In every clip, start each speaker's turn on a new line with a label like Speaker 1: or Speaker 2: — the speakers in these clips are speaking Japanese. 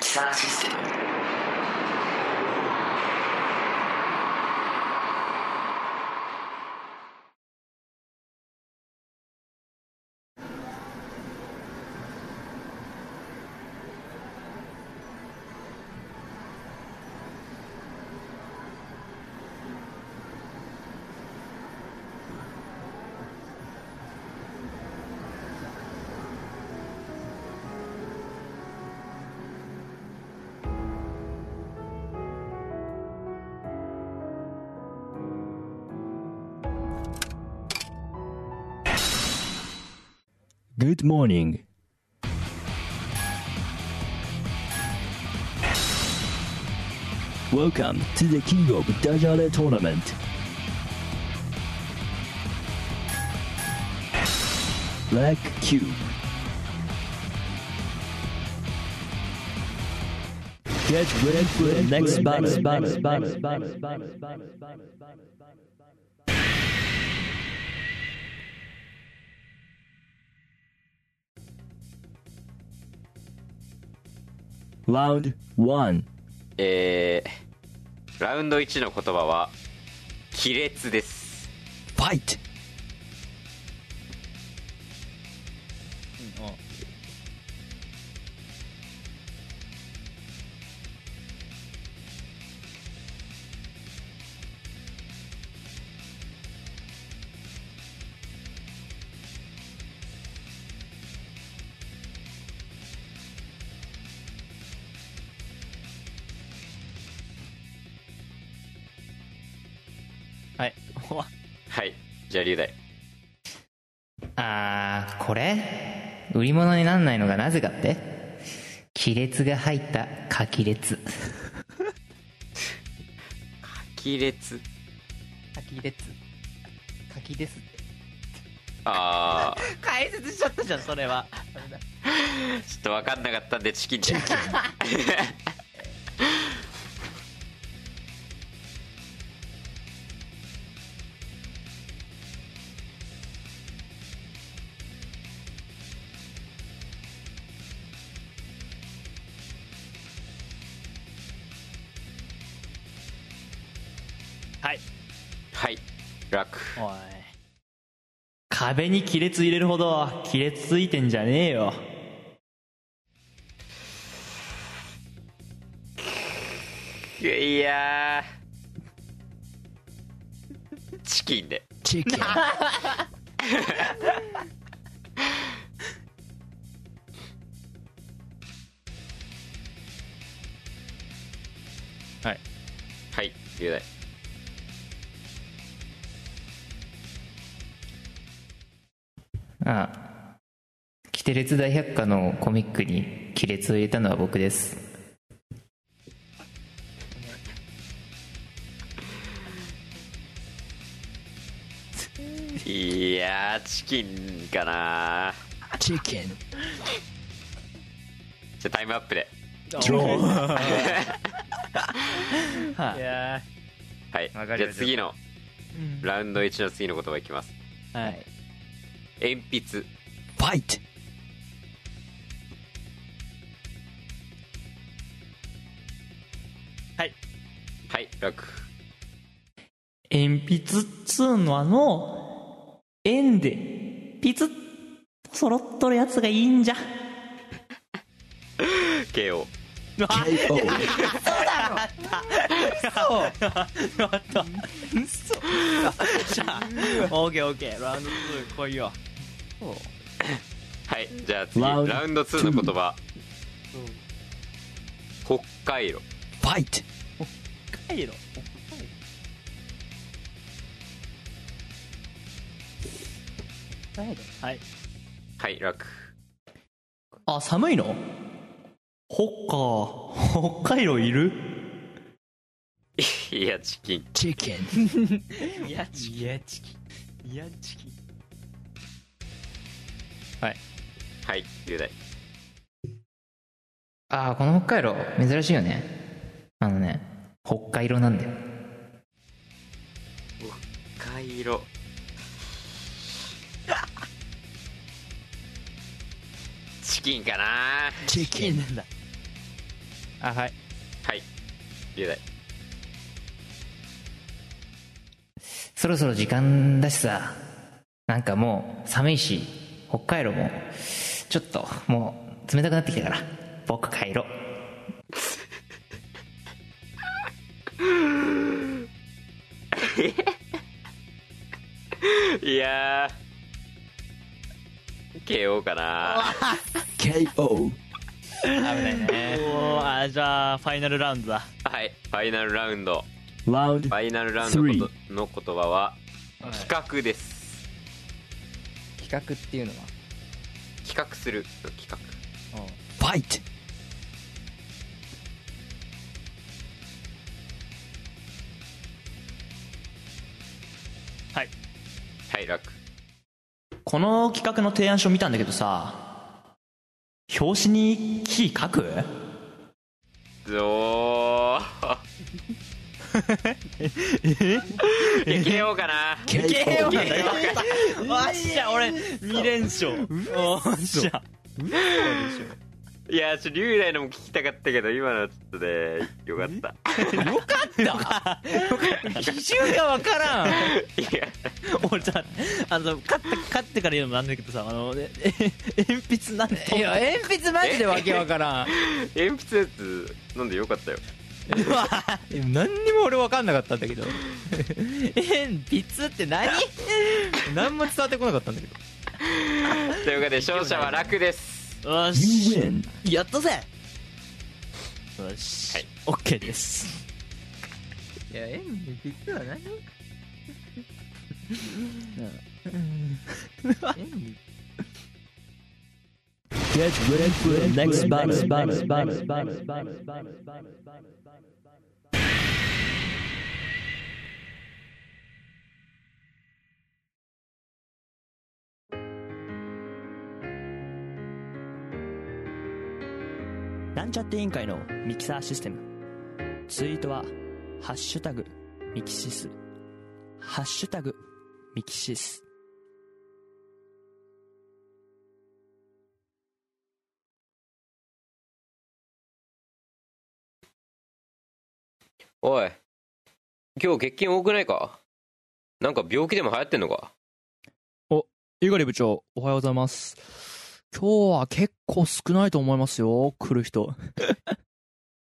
Speaker 1: キサーシステム
Speaker 2: グッドモーニングウェルカム to the King of ダジャレトーナメントブラックキューブ Get ready for the next battle. battle, battle, battle, battle, battle, battle, battle. ラウンド1
Speaker 3: えー、ラウンド1の言葉は亀裂です
Speaker 2: ファイト
Speaker 4: はい。
Speaker 3: はいじゃあ龍大
Speaker 4: あー、これ売り物になんないのがなぜかって亀裂が入った柿裂。
Speaker 3: 亀裂
Speaker 4: 柿裂柿ですって。
Speaker 3: ああ
Speaker 4: 解説しちゃったじゃん、それは。
Speaker 3: ちょっと分かんなかったんでチキンチキン
Speaker 5: はい。
Speaker 3: はい楽
Speaker 5: おい。壁に亀裂入れるほど亀裂ついてんじゃねえよ。
Speaker 3: いやーチキンで
Speaker 2: チ キン
Speaker 3: はい龍大
Speaker 4: ああ。キテレツ大百科のコミックに亀裂を入れたのは僕です。
Speaker 3: いやーチキンかな
Speaker 2: チキン
Speaker 3: じゃあタイムアップで
Speaker 2: ドロー
Speaker 5: はい。
Speaker 3: はい
Speaker 4: わかりました
Speaker 3: じゃあ次のラウンド1の次の言葉いきます
Speaker 5: はい。
Speaker 3: 鉛筆
Speaker 2: ファイト
Speaker 3: はい楽
Speaker 5: 鉛筆っつうのはの、円で、ピツッ、揃っとるやつがいいんじゃ。
Speaker 3: KO
Speaker 2: KO
Speaker 5: オッケーオッケー、ラウンド2来いよ。
Speaker 3: はいじゃあ次ラ
Speaker 5: ラウ
Speaker 3: ウ
Speaker 5: ンド
Speaker 3: ンド2の言葉北海道
Speaker 5: ファイト
Speaker 2: 回路
Speaker 5: はい。
Speaker 3: はい楽
Speaker 5: あ、寒いのほっか、北海道いる
Speaker 3: いやチキン
Speaker 5: チキン。
Speaker 2: いやち
Speaker 5: いや、チキン。
Speaker 2: いやちき
Speaker 3: はい雄大
Speaker 4: ああこの北海道珍しいよねあのね北海道なんだよ
Speaker 3: 北海道チキンかな
Speaker 5: チキンなんだ。
Speaker 2: あはい
Speaker 3: はい雄大
Speaker 4: そろそろ時間だしさなんかもう寒いし北海道もちょっともう冷たくなってきたから僕帰ろう
Speaker 3: いやー KO かな
Speaker 5: KO。
Speaker 4: 危ないね
Speaker 2: おーあじゃあファイナルラウンドだ
Speaker 3: はいファイナルラウンド
Speaker 5: ラウン
Speaker 3: ファイナルラウンドのことの言葉は企画です
Speaker 4: 企画っていうのは
Speaker 3: 企画するの企画
Speaker 5: ファイト
Speaker 3: はい楽
Speaker 5: この企画の提案書見たんだけどさ、表紙に木書く
Speaker 3: お ーいけようかな
Speaker 5: ?KO なんだよ。
Speaker 2: わっしゃ俺2連勝おーっしゃ
Speaker 3: いやちょ龍大のも聞きたかったけど今のはちょっとねよかった
Speaker 2: 基準がわからん
Speaker 3: いや
Speaker 2: 俺さあの勝って勝ってから言うのもなんだけどさあのええ鉛筆なんで
Speaker 4: いや鉛筆マジでわけわからん
Speaker 3: 鉛筆のやつ飲んでよかったよ
Speaker 4: え何にも俺わかんなかったんだけど鉛筆って何 何も伝わってこなかったんだけど
Speaker 3: ということで勝者は楽です
Speaker 2: よ
Speaker 6: You
Speaker 2: し
Speaker 6: win.
Speaker 2: やったぜよし、
Speaker 3: はい
Speaker 2: オッケーです
Speaker 4: いや鉛筆 は何
Speaker 6: Get ready for the next battle.
Speaker 5: なんちゃって委員会のミキサーシステム。ツイートは、ハッシュタグ、ミキシス。ハッシュタグ、ミキシス。
Speaker 3: おい今日欠勤多くないかなんか病気でも流行ってんのか
Speaker 5: 猪狩部長、おはようございます。今日は結構少ないと思いますよ、来る人。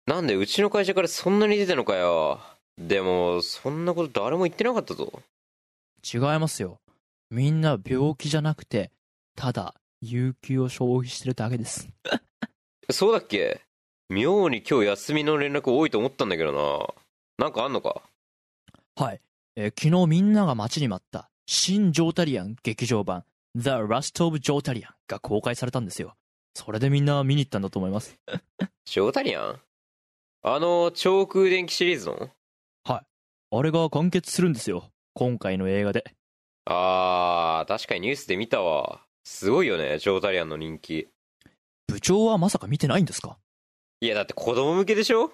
Speaker 3: なんでうちの会社からそんなに出てたのかよでもそんなこと誰も言ってなかったぞ
Speaker 5: 違いますよ。みんな病気じゃなくて、ただ、有給を消費してるだけです。
Speaker 3: そうだっけ妙に今日休みの連絡多いと思ったんだけどななんかあんのか
Speaker 5: はい。えー昨日みんなが待ちに待った、新ジョータリアン劇場版、The Last of ジョータリアンが公開されたんですよ。それでみんな見に行ったんだと思います。
Speaker 3: ジョータリアンあの超空電気シリーズの
Speaker 5: あれが完結するんですよ。今回の映画で。
Speaker 3: あー確かにニュースで見たわすごいよねジョータリアンの人気
Speaker 5: 部長はまさか見てないんですか
Speaker 3: いやだって子供向けでしょ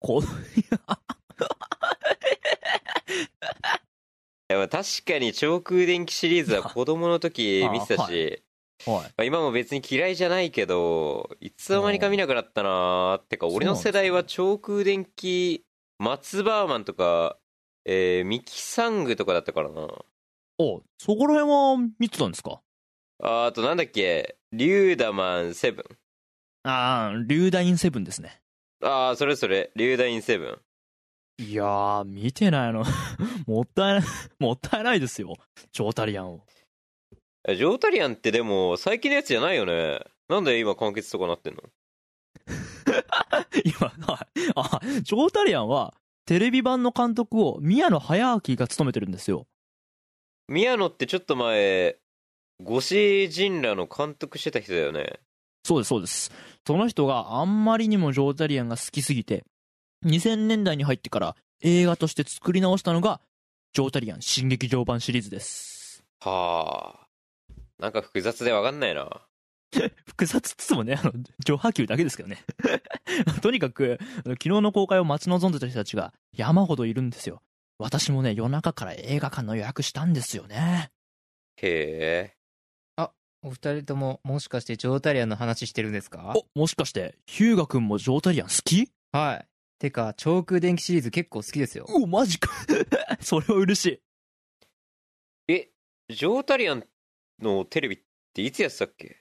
Speaker 5: こ
Speaker 3: いやまあ確かに超空電気シリーズは子供の時
Speaker 5: あ
Speaker 3: 見てたし、
Speaker 5: ははい。
Speaker 3: まあ、今も別に嫌いじゃないけどいつの間にか見なくなったなーってか
Speaker 5: そう
Speaker 3: 俺の世代は超空電気松バーマンとか、えーミキサングとかだったからな
Speaker 5: おそこら辺は見てたんですか
Speaker 3: あーあとなんだっけリューダマンセブン
Speaker 5: ああ、龍大インセブンですね。
Speaker 3: ああそれそれリューダインセブン
Speaker 5: いやー、 見てないの。もったいない、もったいないですよ。ジョータリアンを。
Speaker 3: えジョータリアンってでも最近のやつじゃないよねなんで今完結とかなってんの
Speaker 5: 今、はい。あ、ジョータリアンは、テレビ版の監督を宮野早明が務めてるんですよ。
Speaker 3: 宮野ってちょっと前五子陣らの監督してた人だよね
Speaker 5: そうです、そうです。その人があんまりにもジョータリアンが好きすぎて、2000年代に入ってから映画として作り直したのが、ジョータリアン新劇場版シリーズです。
Speaker 3: はあなんか複雑で分かんないな
Speaker 5: 複雑っつつもね、あの、上波球だけですけどね。 とにかく、あの昨日の公開を待ち望んでた人たちが山ほどいるんですよ。私もね、夜中から映画館の予約したんですよね。
Speaker 3: へえ
Speaker 4: お二人とももしかしてジョータリアンの話してるんですか
Speaker 5: お、もしかして、ヒューガ君もジョータリアン好き
Speaker 4: はい。てか、超空電気シリーズ結構好きですよ。
Speaker 5: お、マジか。 それは嬉しい。
Speaker 3: ジョータリアンのテレビっていつやってたっけ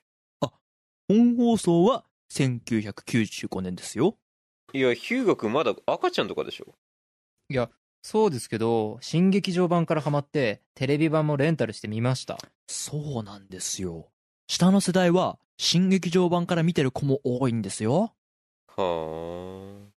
Speaker 5: 本放送は1995年ですよ。
Speaker 3: いやヒューガ君まだ赤ちゃんとかでしょ
Speaker 4: そうですけど、新劇場版からハマって、テレビ版もレンタルしてみました。
Speaker 5: そうなんですよ。下の世代は、新劇場版から見てる子も多いんですよ。
Speaker 3: はあ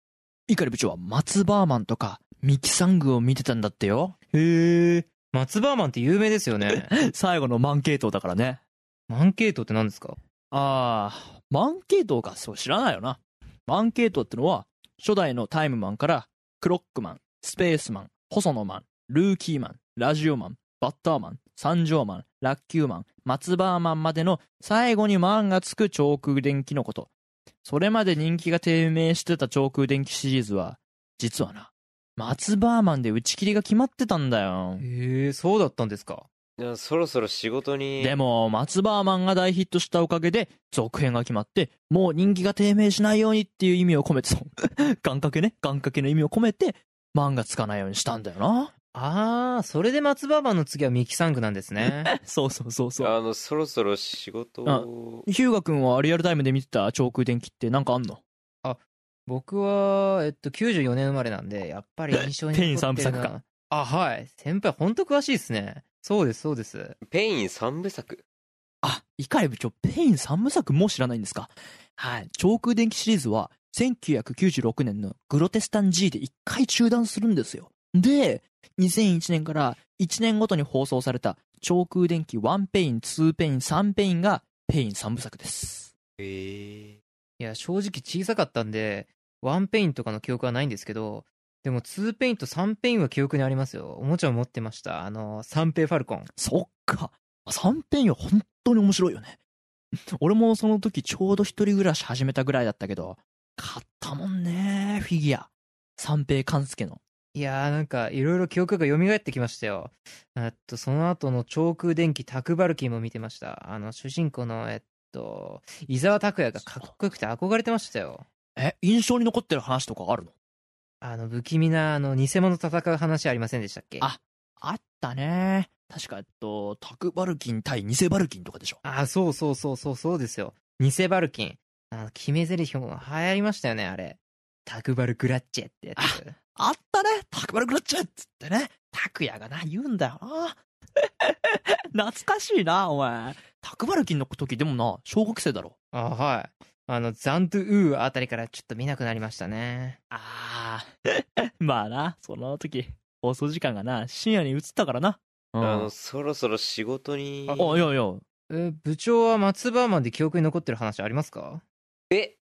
Speaker 5: 碇部長は松バーマンとか、ミキサングを見てたんだってよ。
Speaker 4: へえ。松バーマンって有名ですよね。
Speaker 5: 最後のマン系統だからね。
Speaker 4: マンケートって何ですか
Speaker 5: あー、マン系統か、そう知らないよな。マン系統ってのは、初代のタイムマンから、クロックマン、スペースマン、細野マン、ルーキーマン、ラジオマン、バッターマン、三条マン、ラッキューマン、松バーマンまでの最後にマンがつく超空電気のこと。それまで人気が低迷してた超空電気シリーズは、実はな、松バーマンで打ち切りが決まってたんだよ。
Speaker 4: へえ、そうだったんですか。
Speaker 3: いやそろそろ仕事に
Speaker 5: でも、松バーマンが大ヒットしたおかげで、続編が決まって、もう人気が低迷しないようにっていう意味を込めて、 そう。願掛けね。願掛けの意味を込めて、漫画つかないようにしたんだよな。
Speaker 4: あー、それで松バーマンの次はミキサングなんですね。
Speaker 5: そうそうそうそう。
Speaker 3: あのそろそろ仕事
Speaker 5: あ
Speaker 3: を
Speaker 5: ヒューガ君はリアルタイムで見てた超空電気ってなんかあんの
Speaker 4: 僕は、えっと、94年生まれなんで、やっぱり印象に残ってるな。
Speaker 5: ペイン三部作か。
Speaker 4: あ、はい。先輩、ほんと詳しいですね。そうです、そうです。
Speaker 3: ペイン3部作
Speaker 5: あ、碇部長、ペイン3部作も知らないんですかはい。超空電気シリーズは、1996年のグロテスタン G で1回中断するんですよ。で、2001年から1年ごとに放送された、超空電気1ペイン、2ペイン、3ペインが、ペイン3部作です。
Speaker 3: へえ
Speaker 4: いや、正直小さかったんで、ワンペインとかの記憶はないんですけど、でもツーペインと3ペインは記憶にありますよ。おもちゃを持ってました。あの、三ペイファルコン。
Speaker 5: そっか。3ペインは本当に面白いよね。 俺もその時ちょうど一人暮らし始めたぐらいだったけど、買ったもんね、フィギュア。三平勘介の。
Speaker 4: いやーなんか、いろいろ記憶が蘇ってきましたよ。えっと、その後の超空電気タクバルキーも見てました。あの、主人公の、えっと、伊沢拓也がかっこよくて憧れてましたよ。
Speaker 5: え、印象に残ってる話とかあるの
Speaker 4: あの、不気味な、あの、偽物戦う話ありませんでしたっけ
Speaker 5: ああったね。確か、えっと、タクバルキン対偽バルキンとかでしょ。
Speaker 4: あ、そうそうそうそうそうですよ。偽バルキン。あの、決め台詞も流行りましたよね、あれ。タクバルグラッチェってやつ。
Speaker 5: あったねタクバルクラッチェっつってね。タクヤがな、言うんだよな。懐 かしいな、お前。タクバルキンの時でもな、小学生だろ。
Speaker 4: あ、はい。あの、ザントゥーあたりからちょっと見なくなりましたね。
Speaker 5: ああ。 まあな、その時、放送時間がな、深夜に移ったからな。う
Speaker 3: あ
Speaker 5: ん。
Speaker 3: のそろそろ仕事に
Speaker 5: あ、いやいや、
Speaker 4: え、部長は松葉マンで記憶に残ってる話ありますか
Speaker 3: え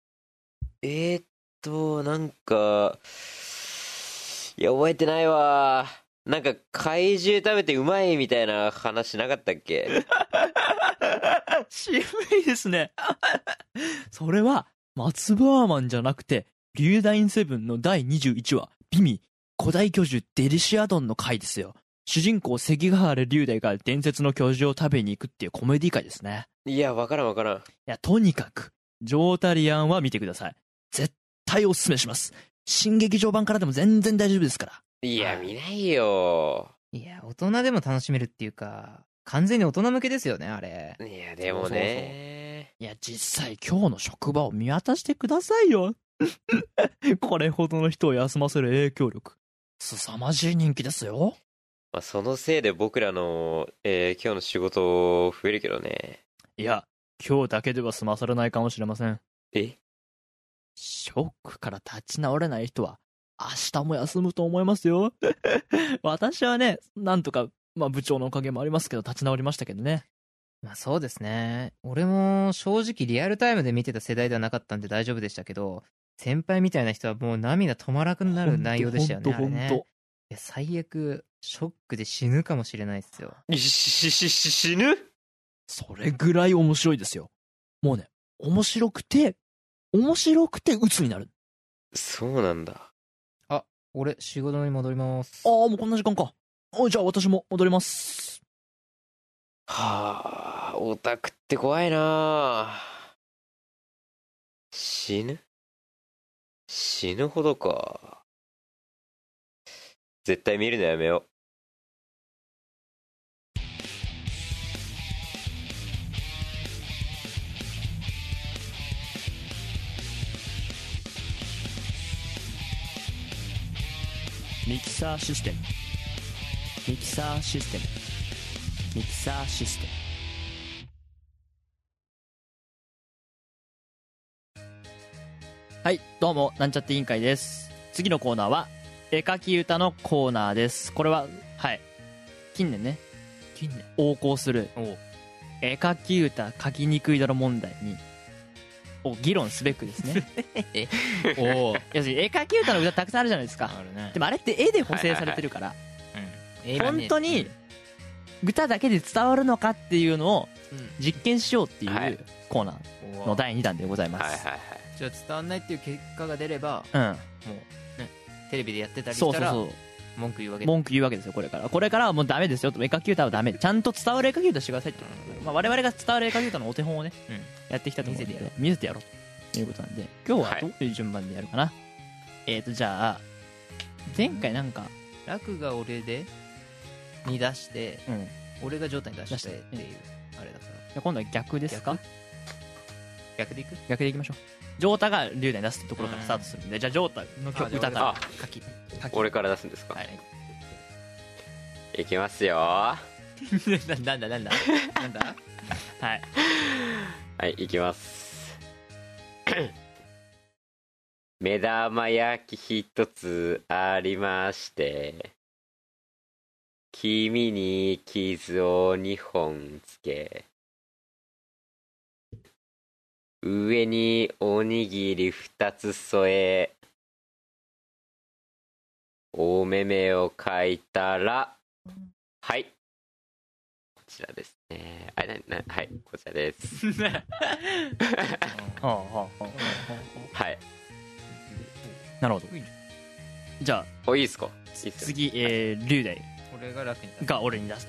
Speaker 3: えー、っとなんかいや覚えてないわなんか怪獣食べてうまいみたいな話なかったっけ
Speaker 5: 渋いですね。 それは、松バーマンじゃなくて、リュウダインセブンの第21話、ビミ、古代巨獣デリシアドンの回ですよ。主人公関ヶ原リュウダイが伝説の巨獣を食べに行くっていうコメディ回ですね。
Speaker 3: いやわからんわからん
Speaker 5: いや、とにかく、ジョータリアンは見てください。絶対おすすめします。新劇場版からでも全然大丈夫ですから。
Speaker 3: いや見ないよ
Speaker 4: いや、大人でも楽しめるっていうか、完全に大人向けですよね、あれ。
Speaker 3: いやでもね
Speaker 5: いや、実際今日の職場を見渡してくださいよ。 これほどの人を休ませる影響力。凄まじい人気ですよ。
Speaker 3: まあ、そのせいで僕らの、えー今日の仕事増えるけどね。
Speaker 5: いや、今日だけでは済まされないかもしれません。
Speaker 3: え
Speaker 5: ショックから立ち直れない人は、明日も休むと思いますよ。 私はね、なんとか、まあ部長のおかげもありますけど、立ち直りましたけどね。
Speaker 4: まあそうですね。俺も正直リアルタイムで見てた世代ではなかったんで大丈夫でしたけど、先輩みたいな人はもう涙止まらなくなる内容でしたよね。
Speaker 5: ほんと
Speaker 4: あれね
Speaker 5: ほんと
Speaker 4: いや最悪、ショックで死ぬかもしれないですよ。
Speaker 3: し、し、し、し死ぬ
Speaker 5: それぐらい面白いですよ。もうね、面白くて、面白くて鬱になる。
Speaker 3: そうなんだ。
Speaker 4: 俺、仕事に戻ります
Speaker 5: あ。あ、もうこんな時間か。あじゃあ私も戻ります。
Speaker 3: はあ、オタクって怖いなあ死ぬ死ぬほどか。絶対見るのやめよう。
Speaker 5: ミキサーシステム。ミキサーシステム。ミキサーシステム。はい、どうも、なんちゃって委員会です。次のコーナーは、絵描き歌のコーナーです。これは、はい。近年ね、
Speaker 4: 近年。
Speaker 5: 横行する
Speaker 4: おう
Speaker 5: 絵描き歌描きにくいだろ問題にを議論すべくです ね
Speaker 4: おう
Speaker 5: 要するに絵描き歌の歌たくさんあるじゃないですか
Speaker 4: あるね
Speaker 5: で。もあれって絵で補正されてるから
Speaker 4: 映画ね
Speaker 5: 本当に、歌だけで伝わるのかっていうのを
Speaker 4: うん
Speaker 5: 実験しようってい
Speaker 3: はいう
Speaker 5: コーナ
Speaker 4: うん
Speaker 5: ーの第2弾でござい
Speaker 3: はい
Speaker 5: ま
Speaker 3: はい
Speaker 5: す
Speaker 3: はい。
Speaker 4: じゃあ伝わんないっていう結果が出れば、
Speaker 5: うん
Speaker 4: もう、ね、テレビでやってたり
Speaker 5: そ
Speaker 4: し
Speaker 5: うそ
Speaker 4: た
Speaker 5: う
Speaker 4: ら、
Speaker 5: そ
Speaker 4: 文句言うわけ
Speaker 5: う
Speaker 4: だ
Speaker 5: 文句言うわけですよこれからこれからはもうダメですよと絵描き歌はダメちゃんと伝わる絵描き歌してくださいって、まあ、我々が伝わる絵描き歌のお手本をね、
Speaker 4: うん
Speaker 5: やってきたと思うん
Speaker 4: 見せてや
Speaker 5: で見せてやろうということなんで今日ははいどういう順番でやるかな、えっ、ー、とじゃあ前回なんか
Speaker 4: 楽が俺で、に出して、
Speaker 5: うんじ
Speaker 4: 俺が状態に出してっ
Speaker 5: 出して
Speaker 4: ていう、あれだから。
Speaker 5: ゃあ今度は逆ですか
Speaker 4: 逆でいく
Speaker 5: 逆でいきましょうジョータが龍大出すってところからスタートするんでじゃあジョータの曲
Speaker 4: あじゃあ
Speaker 5: 歌から
Speaker 4: 書き。
Speaker 3: 俺から出すんですか、
Speaker 5: はい
Speaker 3: い、きます よは
Speaker 4: なんだなんだなんだ
Speaker 5: はい
Speaker 3: いいきます 目玉焼き一つありまして君に傷を二本つけ上におにぎり二つ添え大めめを描いたらはいこちらですねあれななはいこちらです
Speaker 5: はあはあはあは
Speaker 3: はい
Speaker 5: あなるほどじゃあ
Speaker 3: おいいですかいいっすよ
Speaker 5: 次えー龍大
Speaker 4: 俺が楽に出
Speaker 5: が俺に出す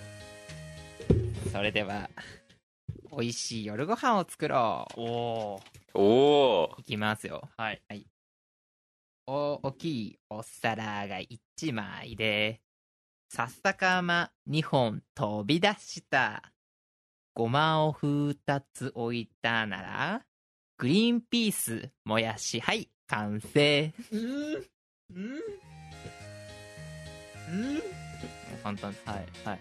Speaker 4: すそれでは 美味しい夜ご飯を作ろう
Speaker 5: おお
Speaker 3: おお
Speaker 4: いきますよ
Speaker 5: はい
Speaker 4: 大きいお皿が1枚でささかま2本飛び出したごまを2つ置いたならグリーンピースもやしはい完成うんうんうん簡単です
Speaker 5: はいはいはい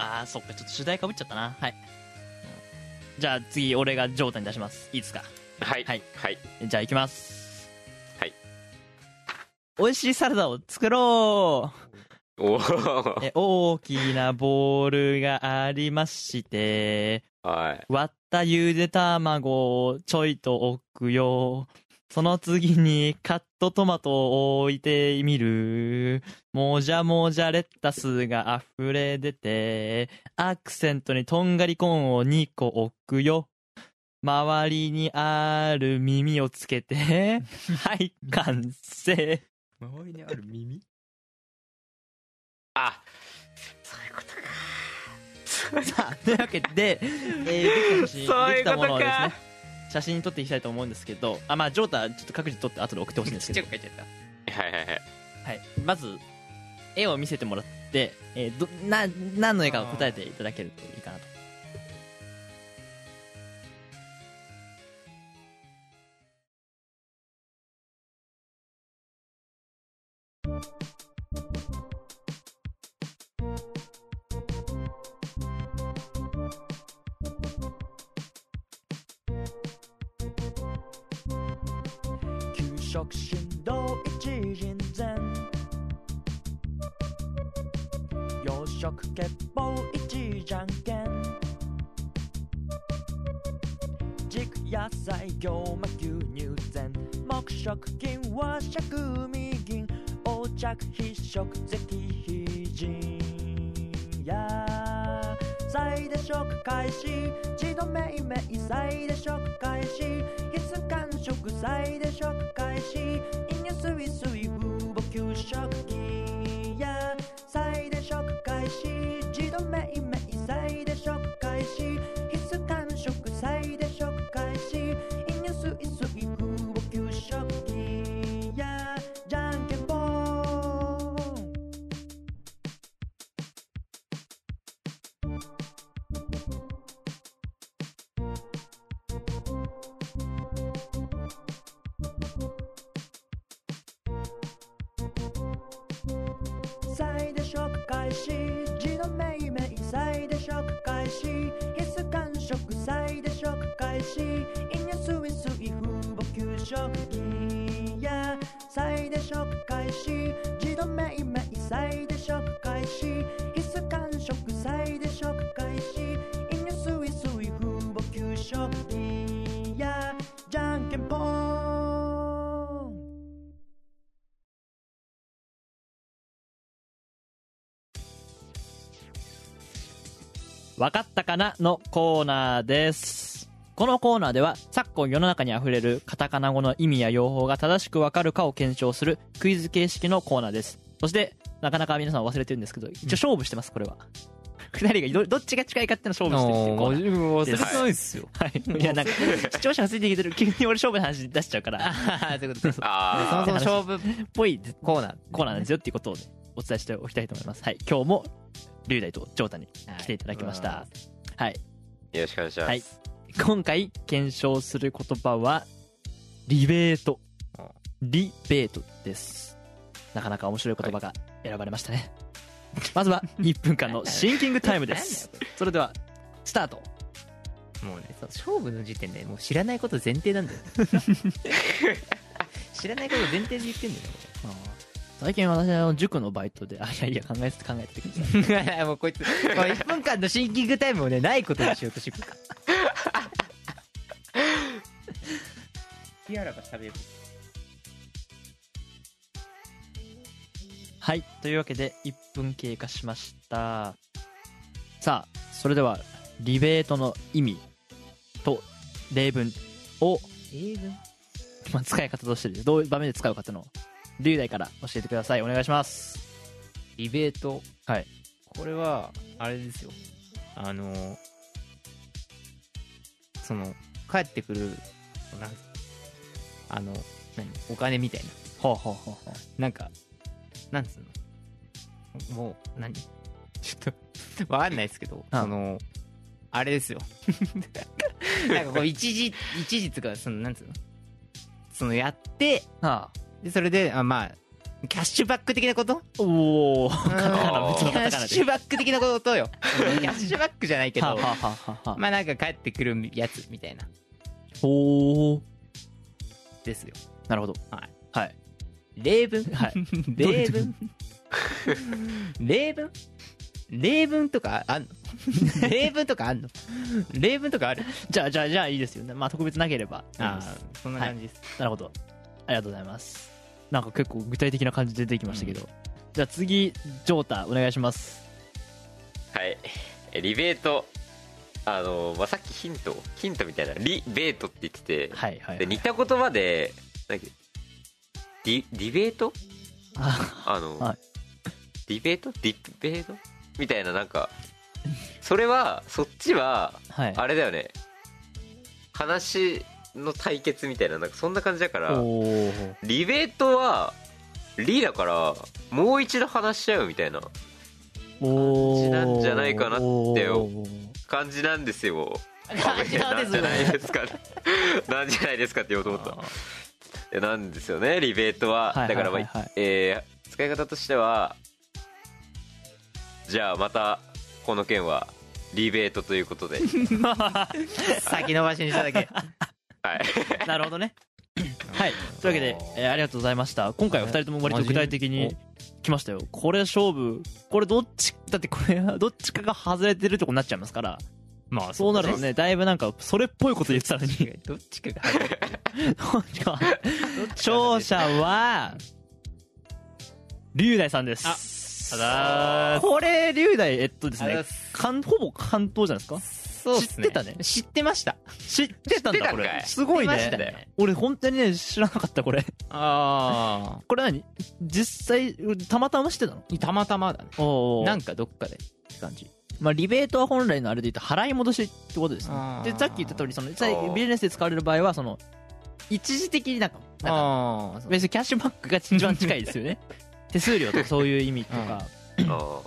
Speaker 5: あーそっかちょっと主題かぶっちゃったなはい、じゃあ次俺がジョータに出しますいいですか
Speaker 3: はい
Speaker 5: はい
Speaker 3: はい
Speaker 5: じゃあ行きます
Speaker 3: はい
Speaker 5: 美味しいサラダを作ろう
Speaker 3: おお
Speaker 5: え大きなボウルがありまして
Speaker 3: はい
Speaker 5: 割ったゆで卵をちょいと置くよ。その次にカットトマトを置いてみる。もじゃもじゃレタスが溢れ出て、アクセントにとんがりコーンを2個置くよ。周りにある耳をつけて、 はい、完成。
Speaker 4: 周りにある耳
Speaker 3: あ
Speaker 5: さあ、というわけで、えー、できた写真、できたものをですね、写真に撮っていきたいと思うんですけど、あ、まあ、ジョータ、ちょっと各自撮って後で送ってほしいんですけど、
Speaker 4: く書いちゃった
Speaker 3: はいはいはい
Speaker 5: はい、まず絵を見せてもらって、えーどな何の絵かを答えていただけるといいかなと
Speaker 6: 触振動一人前洋食欠乏一じゃんけん軸野菜行魔牛乳膳黙食金和食味銀横着必食石非人や再で食開始自動命名再で食開始必須完食再で食開始飲料水水風母給食器や再で食開始自動命名再で食開始必須完食再で食開始飲料水水風母給食器やじゃんけんぽん再で食開始自動命名再で食開始必須完食再で食開始飲料水水風母給食器や再で食開始自動命名再で食開始必須完食再で食開始飲料水水風母給食器やじゃんけんぽん
Speaker 5: わかったかなのコーナーです。このコーナーでは昨今世の中にあふれるカタカナ語の意味や用法が正しくわかるかを検証するクイズ形式のコーナーです。そして、なかなか皆さん忘れてるんですけど、一応勝負してます、これは。二人がどどっちが近いかっていうのを勝負してるっていうコーナー
Speaker 4: 自分忘れてないです よ。
Speaker 5: はい。いや、なんか、視聴者がついてきてる、急に俺勝負の話出しちゃうから、
Speaker 4: ああ、ということで、そも
Speaker 3: あ
Speaker 4: そも勝負
Speaker 5: ぽい
Speaker 4: コーナー。
Speaker 5: コーナーなんですよっていうことをね、お伝えしておきたいと思います。はい。今日も、龍大と城太に来ていただきました。はい。
Speaker 3: ーよろしくお願いします、
Speaker 5: はい。今回、検証する言葉は、リベート。リベートです。なかなか面白い言葉が選ばれましたね。ま ずは、1分間のシンキングタイムです。それでは、スタート。
Speaker 4: もうね、そう勝負の時点でもう知らないこと前提なん だよ。知らないこと前提で言ってんだよね
Speaker 5: 最近私は塾のバイトで、あ、いやいや、考えて考えててください。
Speaker 4: もうもうこいつ、これ1分間のシンキングタイムをね、ないことにしようとしてくる。ティアラが食べる。
Speaker 5: はい、というわけで1分経過しました。さあ、それではリベートの意味と例文を、
Speaker 4: 英文
Speaker 5: まあ、使い方としてどういう場面で使うかというのを、龍大から教えてください。お願いします。
Speaker 4: リベート。
Speaker 5: はい。
Speaker 4: これは、あれですよ。あの、その、帰ってくる、なんあの、何お金みたいな。
Speaker 5: ほうほうほうほう。
Speaker 4: なんか、なんつうのもう、何ち ょっと、わかんないですけど、
Speaker 5: うん
Speaker 4: その、あれですよ。 なんかこう、一時、一時とか、その、なんつうのその、やって、
Speaker 5: ああ
Speaker 4: で、それで、あまあ、キャッシュバック的なこと
Speaker 5: おお、
Speaker 4: キ
Speaker 3: ナ別の
Speaker 4: ャ
Speaker 5: カタカナ
Speaker 4: ッ
Speaker 5: で
Speaker 4: シュバック的なことよ。キャッシュバックじゃないけ
Speaker 5: はあ
Speaker 4: ど、
Speaker 5: はあはあはあ。
Speaker 4: まあなんか帰ってくるやつみたいな、
Speaker 5: おお、
Speaker 4: ですよ。
Speaker 5: なるほど。
Speaker 4: はい。
Speaker 5: はい。
Speaker 4: 例文
Speaker 5: はい
Speaker 4: 例文例文例文とか あんの例文とかあんの例文とかある
Speaker 5: じゃあ、じゃあ、じゃあいいですよね。まあ特別なければ。
Speaker 4: ああそんな感じです、
Speaker 5: なるほど。ありがとうございます。なんか結構具体的な感じで出てきましたけど。じゃあ次、ジョータ、お願いします。
Speaker 3: はい、えリベートあの、まあ、さっきヒントヒントみたいなリベートって言ってて、
Speaker 5: はいはい、は
Speaker 3: で
Speaker 5: い
Speaker 3: 似。た言葉でなんかリリベート
Speaker 5: あ
Speaker 3: あの、
Speaker 5: はい
Speaker 3: ディベートディベートみたいななんかそれはそっちは
Speaker 5: はい。
Speaker 3: あれだよね話の対決みたいななんかそんな感じだから
Speaker 5: おー
Speaker 3: リベートはリだからもう一度話し合うみたいな
Speaker 5: おー
Speaker 3: 感じなんじゃないかなって
Speaker 5: お
Speaker 3: 感じなんですよ
Speaker 4: 感じなん
Speaker 3: な
Speaker 4: で
Speaker 3: ん
Speaker 4: す
Speaker 3: じ
Speaker 4: よ
Speaker 3: ゃないですかねなんじゃないですかって言おうと思ったいやなんですよねリベートは
Speaker 5: はいはい
Speaker 3: だからま
Speaker 5: はいは
Speaker 3: あ
Speaker 5: い
Speaker 3: えー使い方としてはじゃあまたこの件はリベートというこ とで
Speaker 4: 先延ばしにしただけ
Speaker 3: はい
Speaker 5: なるほどね。はい。というわけで、えーありがとうございました。今回は二人とも割と具体的に来ましたよ。これ勝負、これどっち、だってこれはどっちかが外れてるとこになっちゃい ますから、
Speaker 4: まあ
Speaker 5: そうなるとね、だいぶなんか、それっぽいこと言ってたのに、
Speaker 4: どっちかが外れてる
Speaker 5: どっちか勝者は、龍大さんです。
Speaker 4: あざーす
Speaker 5: これ、龍大、えっとです
Speaker 4: あざー
Speaker 5: ね、関ほぼ関東じゃないですか
Speaker 4: そうっす
Speaker 5: 知ってたね
Speaker 4: 知ってました
Speaker 5: 知ってたん
Speaker 3: 知って
Speaker 5: だ、
Speaker 3: たん
Speaker 5: こ
Speaker 3: かい
Speaker 5: れ。すごい
Speaker 4: 知ってました
Speaker 5: ね
Speaker 4: よ。
Speaker 5: 俺、本当にね、知らなかった、これ。
Speaker 4: あ
Speaker 5: これ何実際、たまたま知ってたの
Speaker 4: あたまたまだね
Speaker 5: お
Speaker 4: な
Speaker 5: なん
Speaker 4: んかどっかでって感じ
Speaker 5: まあ、リベートは本来のあれで言うと払い戻しってことですね
Speaker 4: あ。ー
Speaker 5: で、さっき言った通り、その、さ
Speaker 3: あー
Speaker 5: ビジネスで使われる場合は、その、一時的になんか、なんか
Speaker 4: ああ
Speaker 5: 別にキャッシュバックが一番近いですよね。 手数料とかそういう意味とか、
Speaker 3: あ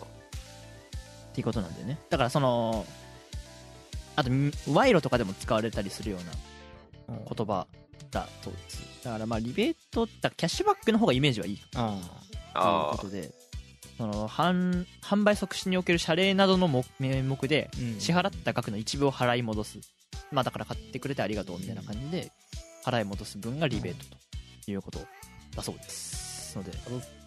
Speaker 5: っていうことなんだよねだからそのあとみ賄賂とかでも使われたりするような言葉だそうですだからまあリベートだからキャッシュバックの方がイメージはいいという
Speaker 4: あ
Speaker 3: あ
Speaker 5: ことでその販販売促進における謝礼などの目名目で
Speaker 4: うん
Speaker 5: 支払った額の一部を払い戻すまあだから買ってくれてありがとうみたいな感じで払い戻す分がリベートということだそうですので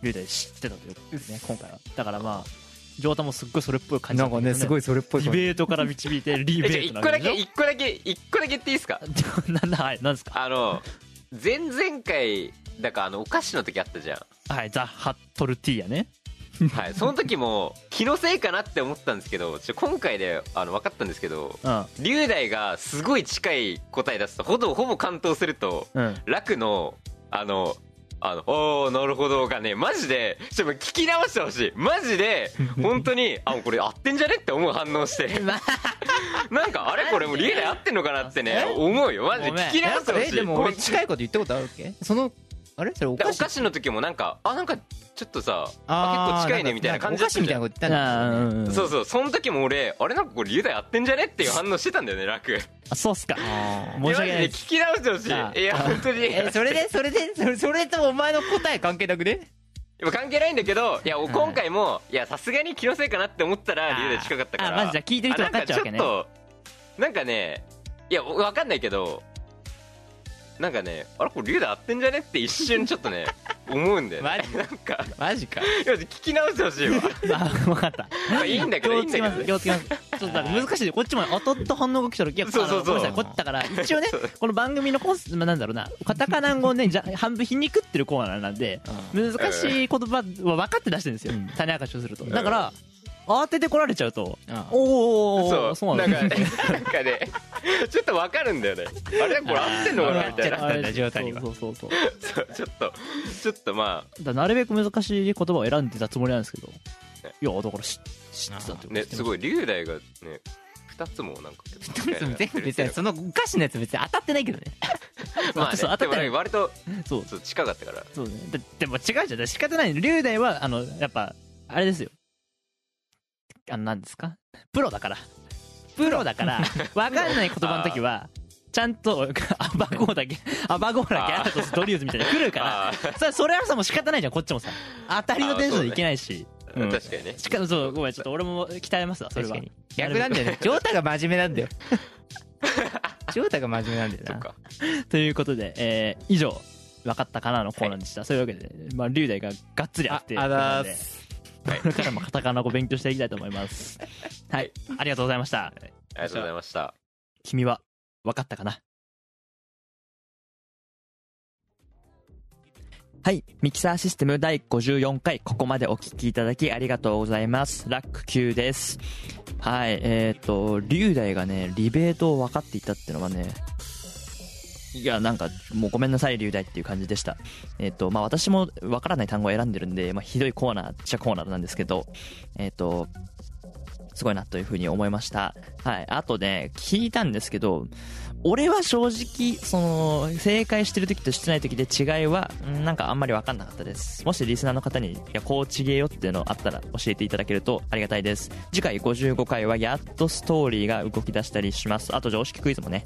Speaker 5: 龍大知ってたということですね今回はだからまあ城太もすっごいそれっぽい感じ
Speaker 4: な
Speaker 5: だった
Speaker 4: んか
Speaker 5: けど
Speaker 4: ねすごいそれっぽい
Speaker 5: リベートから導いてリベ
Speaker 3: えちょ
Speaker 5: ー
Speaker 3: 一
Speaker 5: トな
Speaker 3: 個
Speaker 5: わ
Speaker 3: だ
Speaker 5: で
Speaker 3: け
Speaker 5: し
Speaker 3: 一個だけ一個だけ言っていいですか
Speaker 5: ょなんだ はいなんですか
Speaker 3: あの前々回だからあのお菓子の時あったじゃ
Speaker 5: はいザ・ハットルティーヤね
Speaker 3: ん、はい、その時も気のせいかなって思ったんですけどちょ今回であの分かったんですけど
Speaker 5: うん
Speaker 3: 龍大がすごい近い答え出すとほぼほぼ完答すると
Speaker 5: うん
Speaker 3: 楽のあのあのおーなるほどがねマジでちょっと聞き直してほしいマ ジで本当にあこれ合ってんじゃねって思う反応してなんかあれこれもうリエナ合ってんのかなってね
Speaker 5: え
Speaker 3: 思うよマジで
Speaker 5: ごめん
Speaker 3: 聞き直してほ
Speaker 4: え
Speaker 3: しい
Speaker 4: でも
Speaker 3: こ
Speaker 4: 俺
Speaker 3: れ
Speaker 4: 近いこと言ったことあるっけそのあれそれお
Speaker 3: だから
Speaker 4: 菓
Speaker 3: お
Speaker 4: 子
Speaker 3: 菓子の時もなんかあなんかちょっとさ
Speaker 4: あ
Speaker 3: あ
Speaker 4: ー
Speaker 3: 結構近いねみたいな感じ
Speaker 4: ん
Speaker 3: だ
Speaker 4: かお
Speaker 3: っ
Speaker 4: 菓
Speaker 3: たじ
Speaker 4: 子みた
Speaker 3: ゃ
Speaker 4: いなんこと言ったん
Speaker 5: う
Speaker 4: ですよね
Speaker 5: ん
Speaker 3: そうそうその時も俺あれなんかこれリエナ合ってんじゃねっていう反応してたんだよね楽
Speaker 5: あそうっすか申
Speaker 4: あ
Speaker 5: し訳ない
Speaker 3: やマジで
Speaker 5: です
Speaker 3: 聞き直してほし
Speaker 5: あ
Speaker 3: いいや本当に
Speaker 4: ーえそれでそれでそれそれとお前の答え関係なくね
Speaker 3: でも関係ないんだけどいやお今回もいやさすがに気のせいかなって思った
Speaker 5: あ
Speaker 3: ら
Speaker 5: ー
Speaker 3: 理由で近かったから
Speaker 5: あマジじゃあ聞いてる人分かっちゃうわけね
Speaker 3: あなんかちょっとなんかねいやお分かんないけどなんかねあれこれ龍で合ってんじゃねって一瞬ちょっ とね思うんだよね
Speaker 4: マジ
Speaker 3: なんか
Speaker 4: マジか
Speaker 3: いや聞き直してほしいわ
Speaker 5: あ分かった
Speaker 3: まあいいんだけどいいんだけどね
Speaker 5: 気をつけます気をつけますちょっとなんか難しいねこっちも当たった反応が来たらいや
Speaker 3: そうそ
Speaker 5: あの
Speaker 3: うそう
Speaker 5: ごめんなさいこっちだから一応ね
Speaker 3: そう
Speaker 5: この番組のコースまあなんだろうなカタカナ語をねじゃ半分皮肉ってるコーナーなんで難しい言葉は分かって出してるんですよ
Speaker 4: うん
Speaker 5: 種明かしをするとだから慌ててこられちゃうと
Speaker 4: あ ー
Speaker 5: お
Speaker 3: そ
Speaker 5: お
Speaker 3: う
Speaker 5: そう
Speaker 3: な
Speaker 5: なんん
Speaker 3: か
Speaker 5: だ
Speaker 3: ねなんかねちょっと分かるんだよねあれこれ合ってんのかなみたい
Speaker 4: あー
Speaker 3: な
Speaker 4: 合っちゃったんだ状態には
Speaker 5: そうそうそうそう
Speaker 3: そうちょっとちょっとま
Speaker 5: だからなるべく難しい言葉を選んでたつもりなんですけどいやだから知知ってたって
Speaker 3: あ
Speaker 5: こと
Speaker 3: ね
Speaker 5: です
Speaker 3: すごい龍大がね2つもなんか
Speaker 4: 全部別にそのお菓子のやつ別に当たってないけどね
Speaker 3: まあ、ね、
Speaker 5: そう当た
Speaker 3: で
Speaker 5: っ
Speaker 3: も
Speaker 5: た
Speaker 3: なん
Speaker 5: よ
Speaker 3: か割と
Speaker 5: そう
Speaker 3: そう近かったから
Speaker 5: そうね。ででも違うじゃん。だから仕方ない。龍大は、あの、やっぱ、あれですよ。あの、なんですかプロだから。プロだから、わかんない言葉の時は、ちゃんと、アバゴーだけ、アバゴーだけ、
Speaker 3: あー
Speaker 5: アラトス、ドリューズみたいなの来るか
Speaker 3: あー
Speaker 5: ら、それそれはさ、もう仕方ないじゃん、こっちもさ。当たりのテンションでいけないし。うん
Speaker 3: 確かにね
Speaker 5: しかも、そう、ごめん、ちょっと俺も鍛えますわ、それ
Speaker 4: 確
Speaker 5: は
Speaker 4: か。に逆なんだよねジョータが真面目なんだよジョータが真面目なんだよ
Speaker 3: そ
Speaker 4: な
Speaker 3: っか
Speaker 5: ということで、えー以上、分かったかなのコーナーでした。そういうわけで、まあ、龍大ががっつりあって、
Speaker 4: ああざー
Speaker 5: これからもカタカナ語勉強していきたいと思います。はい、ありがとうございました。
Speaker 3: ありがとうございました
Speaker 5: 君は分かったかなはい。ミキサーシステム第54回、ここまでお聞きいただきありがとうございます。ラック Q です。はい。えっ、と、龍大がね、リベートを分かっていたってのはね、いや、なんか、もうごめんなさい、龍大っていう感じでした。えっ、と、まあ、私も分からない単語を選んでるんで、まあ、ひどいコーナーっちゃコーナーなんですけど、えっ、と、すごいなというふうに思いました。はい。あとね、聞いたんですけど、俺は正直、その、正解してる時としてない時で違いは、うんなんかあんまりわかんなかったです。もしリスナーの方に、いや、こう違えよっていうのあったら教えていただけるとありがたいです。次回55回は、やっとストーリーが動き出したりします。あと常識クイズもね、